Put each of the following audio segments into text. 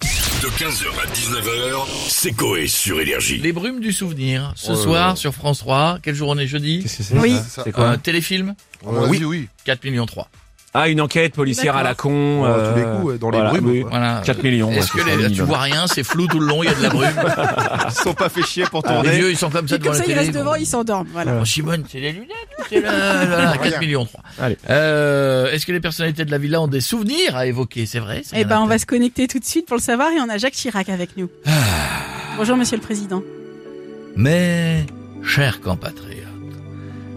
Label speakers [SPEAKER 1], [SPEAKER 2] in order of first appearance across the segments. [SPEAKER 1] De 15h à 19h, c'est Coé sur Énergie.
[SPEAKER 2] Les brumes du souvenir, ce soir sur France 3, quelle journée jeudi
[SPEAKER 3] Qu'est-ce que c'est
[SPEAKER 4] Ah,
[SPEAKER 5] Oui.
[SPEAKER 3] ça
[SPEAKER 6] C'est quoi
[SPEAKER 2] Un Téléfilm,
[SPEAKER 3] Euh, Oui, oui.
[SPEAKER 2] 4 millions 3.
[SPEAKER 6] Ah, une enquête policière à la con.
[SPEAKER 4] Oh,
[SPEAKER 3] Ouais,
[SPEAKER 6] euh,
[SPEAKER 3] tous les coups, ouais, dans les
[SPEAKER 6] voilà,
[SPEAKER 3] brumes,
[SPEAKER 6] oui.
[SPEAKER 3] quoi.
[SPEAKER 2] Voilà.
[SPEAKER 6] 4 millions.
[SPEAKER 2] Est-ce
[SPEAKER 6] ouais,
[SPEAKER 2] que
[SPEAKER 6] c'est
[SPEAKER 2] les-
[SPEAKER 6] ça,
[SPEAKER 2] tu
[SPEAKER 6] minimum.
[SPEAKER 2] vois rien, c'est flou tout le long, il y a de la brume. Ah,
[SPEAKER 3] Ils se sont pas fait chier pour
[SPEAKER 2] Les
[SPEAKER 3] tourner.
[SPEAKER 2] vieux, ils sont comme ça
[SPEAKER 5] Et
[SPEAKER 2] devant
[SPEAKER 5] comme
[SPEAKER 2] la
[SPEAKER 5] ça, il
[SPEAKER 2] télé.
[SPEAKER 5] reste devant, il s'endorme. Voilà.
[SPEAKER 2] Oh, Simone, c'est les lunettes, c'est là, là, là, 4 millions 3.
[SPEAKER 6] Allez.
[SPEAKER 2] Euh, Est-ce que les personnalités de la villa ont des souvenirs à évoquer C'est vrai ça, il
[SPEAKER 5] Eh
[SPEAKER 2] y en a
[SPEAKER 5] ben, on va
[SPEAKER 2] peut-être.
[SPEAKER 5] se connecter tout de suite pour le savoir et on a Jacques Chirac avec nous. Bonjour, monsieur le président.
[SPEAKER 2] Mais, chers compatriotes,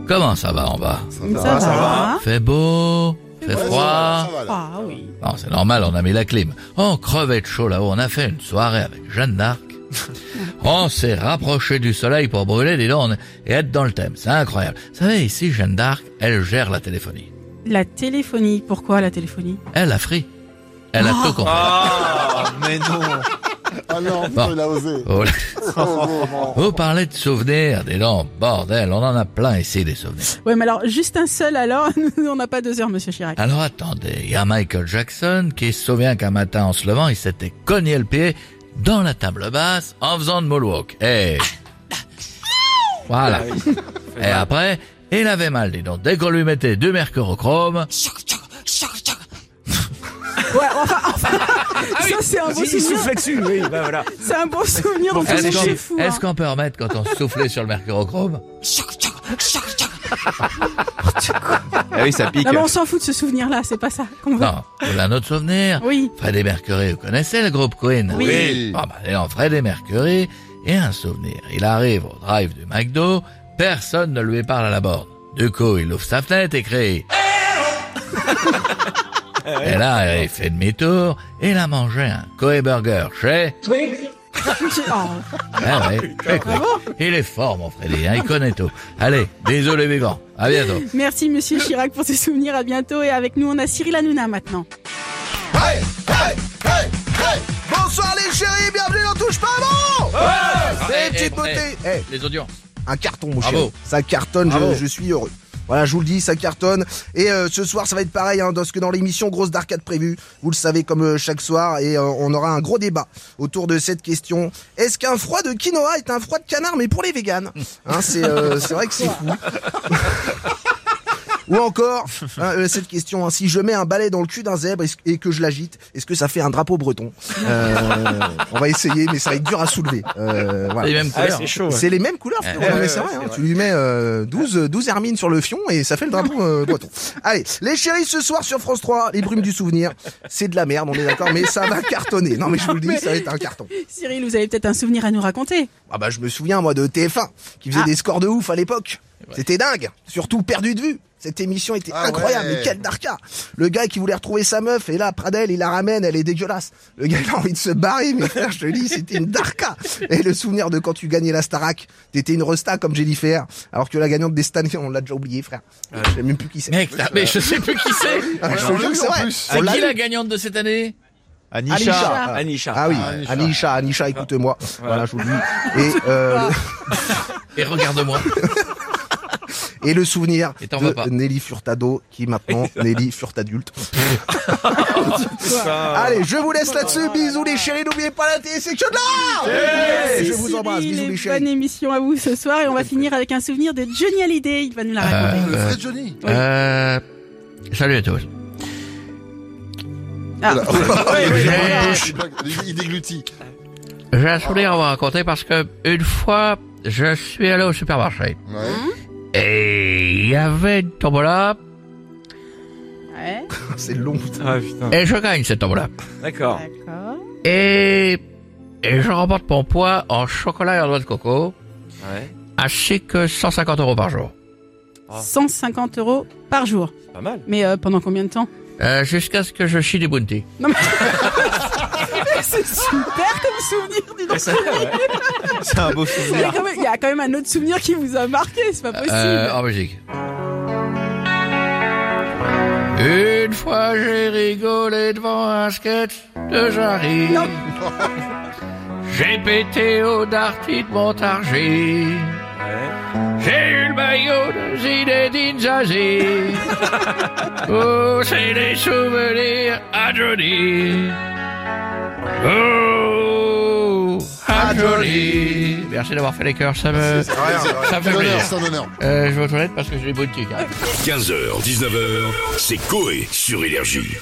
[SPEAKER 2] comment ça va en bas
[SPEAKER 5] Ça va.
[SPEAKER 2] Fait beau Fait froid
[SPEAKER 5] Ah oui.
[SPEAKER 2] Non, c'est normal, on a mis la clim. On crevait de chaud là-haut, on a fait une soirée avec Jeanne d'Arc. on s'est rapproché du soleil pour brûler des dents et être dans le thème. C'est incroyable. Vous savez, ici, Jeanne d'Arc, elle gère la téléphonie.
[SPEAKER 5] La téléphonie. Pourquoi la téléphonie
[SPEAKER 2] Elle a pris. Elle a
[SPEAKER 5] Oh.
[SPEAKER 2] tout compris.
[SPEAKER 3] Ah, mais non.
[SPEAKER 4] Alors,
[SPEAKER 2] Bon.
[SPEAKER 4] il a osé.
[SPEAKER 2] Oh là.
[SPEAKER 4] Oh, bon, bon.
[SPEAKER 2] Vous parlez de souvenirs, des dents, bordel, on en a plein ici des souvenirs.
[SPEAKER 5] Ouais, mais alors, juste un seul alors, nous, on n'a pas deux heures, monsieur Chirac.
[SPEAKER 2] Alors attendez, il y a Michael Jackson qui se souvient qu'un matin en se levant, il s'était cogné le pied dans la table basse en faisant de moonwalk. Et... Voilà.
[SPEAKER 5] Ah
[SPEAKER 2] Et après, il avait mal, dis donc. Dès qu'on lui mettait du
[SPEAKER 5] Ah,
[SPEAKER 2] mercurochrome,
[SPEAKER 5] Ouais, enfin, enfin, ça, c'est un bon
[SPEAKER 6] Il
[SPEAKER 5] souvenir.
[SPEAKER 6] soufflait dessus, oui, bah voilà.
[SPEAKER 5] C'est un bon souvenir, on
[SPEAKER 2] est-ce
[SPEAKER 5] faisait chez fou.
[SPEAKER 2] qu'on
[SPEAKER 5] hein.
[SPEAKER 2] est-ce qu'on peut remettre quand on soufflait sur le mercurochrome
[SPEAKER 3] Ah oui, ça pique.
[SPEAKER 5] Non, mais on s'en fout de ce souvenir-là, c'est pas ça qu'on veut.
[SPEAKER 2] Non, voilà un autre souvenir.
[SPEAKER 5] Oui.
[SPEAKER 2] Freddie Mercury, vous connaissez le groupe Queen
[SPEAKER 5] Oui.
[SPEAKER 3] Oui.
[SPEAKER 2] Bon, bah, allez, en Freddie Mercury, et un souvenir. Il arrive au drive du McDo, personne ne lui parle à la borne. Du coup, il ouvre sa fenêtre et crie. et là, il fait demi-tour, et il a mangé un Coe Burger chez...
[SPEAKER 5] Oh,
[SPEAKER 2] Ah ouais, chez Quick. Il est fort, mon Freddy, hein, il connaît tout. Allez, désolé vivant, à bientôt.
[SPEAKER 5] Merci, monsieur Chirac, pour ces souvenirs. À bientôt. Et avec nous, on a Cyril Hanouna maintenant.
[SPEAKER 7] Bonsoir les chéris, bienvenue dans Touche pas bon C'est
[SPEAKER 2] Eh,
[SPEAKER 7] une petite
[SPEAKER 2] eh,
[SPEAKER 7] beauté Eh,
[SPEAKER 2] Les audiences.
[SPEAKER 7] Un carton mon
[SPEAKER 2] Bravo.
[SPEAKER 7] chéri, ça cartonne, je-
[SPEAKER 2] Bravo.
[SPEAKER 7] je, suis heureux. Voilà, je vous le dis, ça cartonne. Et euh, ce soir, ça va être pareil, hein, parce que dans l'émission Grosse d'Arcade prévue, vous le savez comme euh, chaque soir, et euh, on aura un gros débat autour de cette question. Est-ce qu'un froid de quinoa est un froid de canard, mais pour les véganes
[SPEAKER 2] Mmh.
[SPEAKER 7] hein, C'est euh, c'est vrai que c'est fou. Ou encore, hein, euh, cette question, hein, si je mets un balai dans le cul d'un zèbre est-ce- et que je l'agite, est-ce que ça fait un drapeau breton Euh, On va essayer, mais ça va être dur à soulever. Euh, voilà.
[SPEAKER 2] Les mêmes
[SPEAKER 6] Ah,
[SPEAKER 2] couleurs.
[SPEAKER 6] c'est chaud. ouais.
[SPEAKER 7] C'est les mêmes couleurs, frérot.
[SPEAKER 2] Eh,
[SPEAKER 7] Non, mais
[SPEAKER 6] ouais,
[SPEAKER 7] c'est
[SPEAKER 6] ouais,
[SPEAKER 7] vrai,
[SPEAKER 6] c'est
[SPEAKER 7] hein.
[SPEAKER 6] vrai.
[SPEAKER 7] Tu lui mets euh, 12, euh, 12 hermines sur le fion et ça fait le drapeau euh, breton. Allez, les chéris, ce soir sur France 3, les brumes du souvenir. C'est de la merde, on est d'accord, mais ça va cartonner. Non, mais je vous le dis, ça va être un carton.
[SPEAKER 5] Cyril, vous avez peut-être un souvenir à nous raconter.
[SPEAKER 7] Ah bah, je me souviens, moi, de TF1, qui faisait
[SPEAKER 5] Ah.
[SPEAKER 7] des scores de ouf à l'époque. C'était dingue. Surtout perdu de vue. Cette émission était
[SPEAKER 3] Ah
[SPEAKER 7] incroyable,
[SPEAKER 3] ouais.
[SPEAKER 7] mais quel darka Le gars qui voulait retrouver sa meuf, et là, Pradel, il la ramène, elle est dégueulasse. Le gars, il a envie de se barrer, mais frère, je te dis, c'était une darka Et le souvenir de quand tu gagnais la Starac, t'étais une resta comme Jennifer, alors que la gagnante des Stanley, on l'a déjà oublié, frère. Je sais même plus qui c'est.
[SPEAKER 2] Mec, là, mais je sais plus qui c'est.
[SPEAKER 7] Ah, je te jure que c'est vrai.
[SPEAKER 2] C'est
[SPEAKER 7] On l'a
[SPEAKER 2] qui
[SPEAKER 7] eu.
[SPEAKER 2] la gagnante de cette année
[SPEAKER 3] Anisha.
[SPEAKER 6] Anisha.
[SPEAKER 7] Ah oui,
[SPEAKER 3] Anisha.
[SPEAKER 7] Anisha, Anisha, écoute-moi. Voilà, je vous le dis. Et, euh,
[SPEAKER 2] Et regarde-moi.
[SPEAKER 7] le- et le souvenir
[SPEAKER 2] Et t'en vas pas.
[SPEAKER 7] de Nelly Furtado, qui est maintenant Nelly Furtadulte.
[SPEAKER 3] Ah.
[SPEAKER 6] Ça.
[SPEAKER 2] Ah.
[SPEAKER 7] Allez, je vous laisse là-dessus. Bisous les chéris, n'oubliez pas la télé, c'est que de l'art
[SPEAKER 5] Merci,
[SPEAKER 7] Je vous embrasse,
[SPEAKER 5] Cyril,
[SPEAKER 7] bisous
[SPEAKER 5] et
[SPEAKER 7] les chéris.
[SPEAKER 5] Bonne émission à vous ce soir et on va finir avec un souvenir de Johnny Hallyday. Il va nous la raconter.
[SPEAKER 2] Euh, euh,
[SPEAKER 4] Johnny.
[SPEAKER 2] Euh, salut à tous.
[SPEAKER 5] Ah.
[SPEAKER 2] J'ai
[SPEAKER 4] Il déglutit.
[SPEAKER 2] j'ai un souvenir à vous raconter parce que une fois, je suis allé au supermarché
[SPEAKER 4] Ouais.
[SPEAKER 2] et il y avait une tombola
[SPEAKER 5] Ouais,
[SPEAKER 7] C'est long. putain.
[SPEAKER 6] Ah putain.
[SPEAKER 2] et je gagne cette tombola.
[SPEAKER 5] Ah.
[SPEAKER 6] D'accord.
[SPEAKER 5] d'accord.
[SPEAKER 2] Et, et je remporte mon poids en chocolat et en noix de coco
[SPEAKER 6] Ouais.
[SPEAKER 2] ainsi que 150 euros par jour.
[SPEAKER 6] Ah.
[SPEAKER 5] 150 euros par jour.
[SPEAKER 6] Pas mal.
[SPEAKER 5] Mais euh, pendant combien de temps
[SPEAKER 2] Euh, Jusqu'à ce que je chie des bounty.
[SPEAKER 5] Non, mais- C'est super comme souvenir, dis donc.
[SPEAKER 3] C'est un beau
[SPEAKER 5] Il y a
[SPEAKER 3] souvenir.
[SPEAKER 5] quand même- Il y a quand même un autre souvenir qui vous a marqué, c'est pas possible.
[SPEAKER 2] Euh, en musique. Une fois j'ai rigolé devant un sketch de Jarry.
[SPEAKER 5] Non.
[SPEAKER 2] J'ai pété au Darty de Montargis.
[SPEAKER 6] Ouais.
[SPEAKER 2] J'ai eu le maillot de Zinedine Zazie. oh, c'est des souvenirs à Johnny. Oh, Ah, joli Merci d'avoir fait les cœurs, ça me...
[SPEAKER 4] Rien, rien.
[SPEAKER 2] Ça me fait
[SPEAKER 4] C'est un honneur,
[SPEAKER 2] plaisir.
[SPEAKER 4] c'est un honneur.
[SPEAKER 2] hein. Euh, je vais aux toilettes parce que j'ai les boutiques.
[SPEAKER 1] 15h, 19h, c'est Coé sur Énergie.